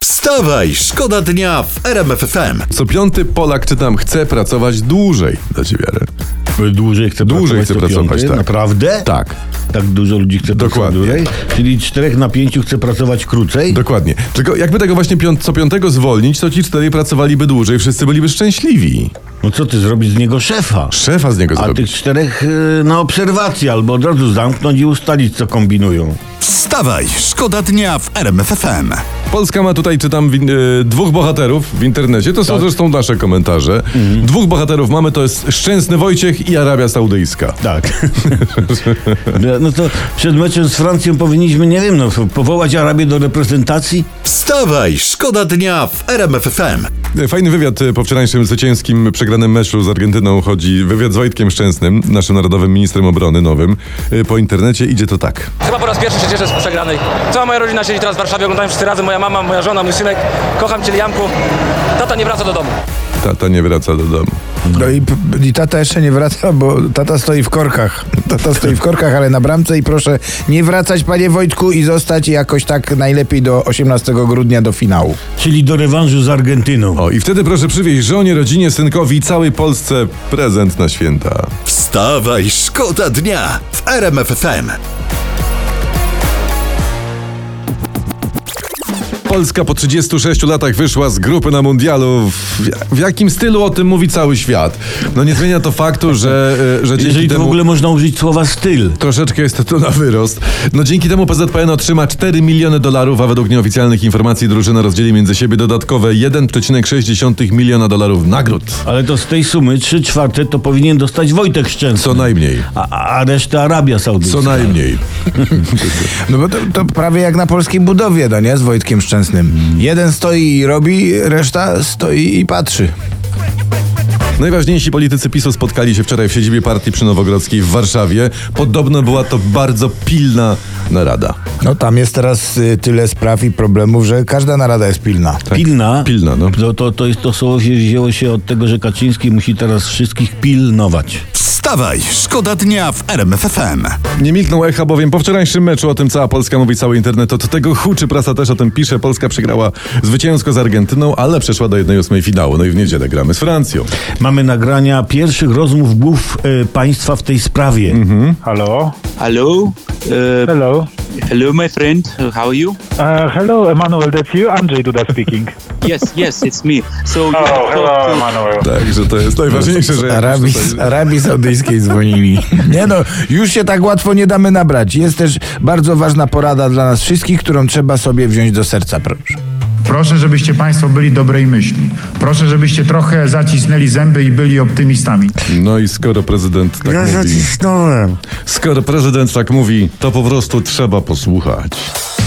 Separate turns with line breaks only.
Wstawaj, szkoda dnia w RMFFM.
Co piąty Polak czy tam chce pracować dłużej. Da ci wiarę.
Dłużej chce
Dłużej
pracować.
chce
co
pracować,
piąty?
tak.
Naprawdę?
Tak.
Tak dużo ludzi chce
Dokładnie.
pracować dłużej. Czyli czterech na pięciu chce pracować krócej.
Dokładnie. Tylko jakby tego właśnie piąt, co piątego zwolnić, to ci cztery pracowaliby dłużej, wszyscy byliby szczęśliwi.
No co ty zrobić z niego szefa?
Szefa z niego
A
zrobić.
tych czterech y, na obserwację albo od razu zamknąć i ustalić, co kombinują.
Wstawaj, szkoda dnia w RMFFM.
Polska ma tutaj, czytam, win- y, dwóch bohaterów w internecie. To są
Tak.
zresztą nasze komentarze.
Mhm.
Dwóch bohaterów mamy, to jest Szczęsny Wojciech i Arabia Saudyjska.
Tak. no to przed meczem z Francją powinniśmy, nie wiem, no, powołać Arabię do reprezentacji.
Wstawaj, szkoda dnia w RMFFM.
Fajny wywiad y, po wczorajszym zwycięskim przegranym meczu z Argentyną chodzi. Wywiad z Wojtkiem Szczęsnym, naszym narodowym ministrem obrony nowym. Y, Po internecie idzie to tak.
Chyba po raz pierwszy się cieszę z przegranej. Cała moja rodzina siedzi teraz w Warszawie, oglądają wszyscy razem, moja mama, moja żona, mój synek. Kocham Cię, Janku. Tata nie wraca do domu.
Tata nie wraca do domu.
No i, p- i tata jeszcze nie wraca, bo tata stoi w korkach. Tata stoi w korkach, ale na bramce i proszę nie wracać, panie Wojtku, i zostać jakoś tak najlepiej do 18 grudnia do finału.
Czyli do rewanżu z Argentyną.
O, i wtedy proszę przywieźć żonie, rodzinie, synkowi i całej Polsce prezent na święta.
Wstawaj, szkoda dnia w RMFFM.
Polska po 36 latach wyszła z grupy na mundialu. W, w jakim stylu o tym mówi cały świat? No nie zmienia to faktu, że, e, że dzięki
Jeżeli to w
temu...
ogóle można użyć słowa styl.
Troszeczkę jest to na wyrost. No dzięki temu PZPN otrzyma 4 miliony dolarów, a według nieoficjalnych informacji drużyna rozdzieli między siebie dodatkowe 1,6 miliona dolarów nagród.
Ale to z tej sumy 3 czwarte to powinien dostać Wojtek Szczęsny.
Co najmniej.
A, a reszta Arabia Saudyjska.
Co najmniej.
No bo to, to prawie jak na polskiej budowie, no nie? Z Wojtkiem Szczęsnym. Jeden stoi i robi, reszta stoi i patrzy.
Najważniejsi politycy PiSu spotkali się wczoraj w siedzibie partii przy Nowogrodzkiej w Warszawie. Podobno była to bardzo pilna narada.
No tam jest teraz y, tyle spraw i problemów, że każda narada jest pilna.
Pilna.
Pilna, no.
To, to, to, jest, to słowo się wzięło się od tego, że Kaczyński musi teraz wszystkich pilnować.
Wstawaj, szkoda dnia w RMFFM.
Nie milknął echa, bowiem po wczorajszym meczu o tym cała Polska mówi, cały internet od tego huczy, prasa też o tym pisze. Polska przegrała zwycięsko z Argentyną, ale przeszła do 1-8 finału. No i w niedzielę gramy z Francją.
Mamy nagrania pierwszych rozmów głów e, państwa w tej sprawie.
Hello.
Hello. Uh,
Hello.
hello, my friend. How are you?
Uh, hello, Emmanuel, that's you? Andrzej Duda speaking.
Yes, yes, it's me. So you
Oh,
have
hello,
talked
Emmanuel.
Także to jest najważniejsze, że...
Z
jak
Arabii,
już tutaj-
z Arabii Saudyjskiej dzwonili. Nie no, już się tak łatwo nie damy nabrać. Jest też bardzo ważna porada dla nas wszystkich, którą trzeba sobie wziąć do serca, proszę.
Proszę, żebyście Państwo byli dobrej myśli. Proszę, żebyście trochę zacisnęli zęby i byli optymistami.
No i skoro prezydent tak mówi... Skoro prezydent tak mówi, to po prostu trzeba posłuchać.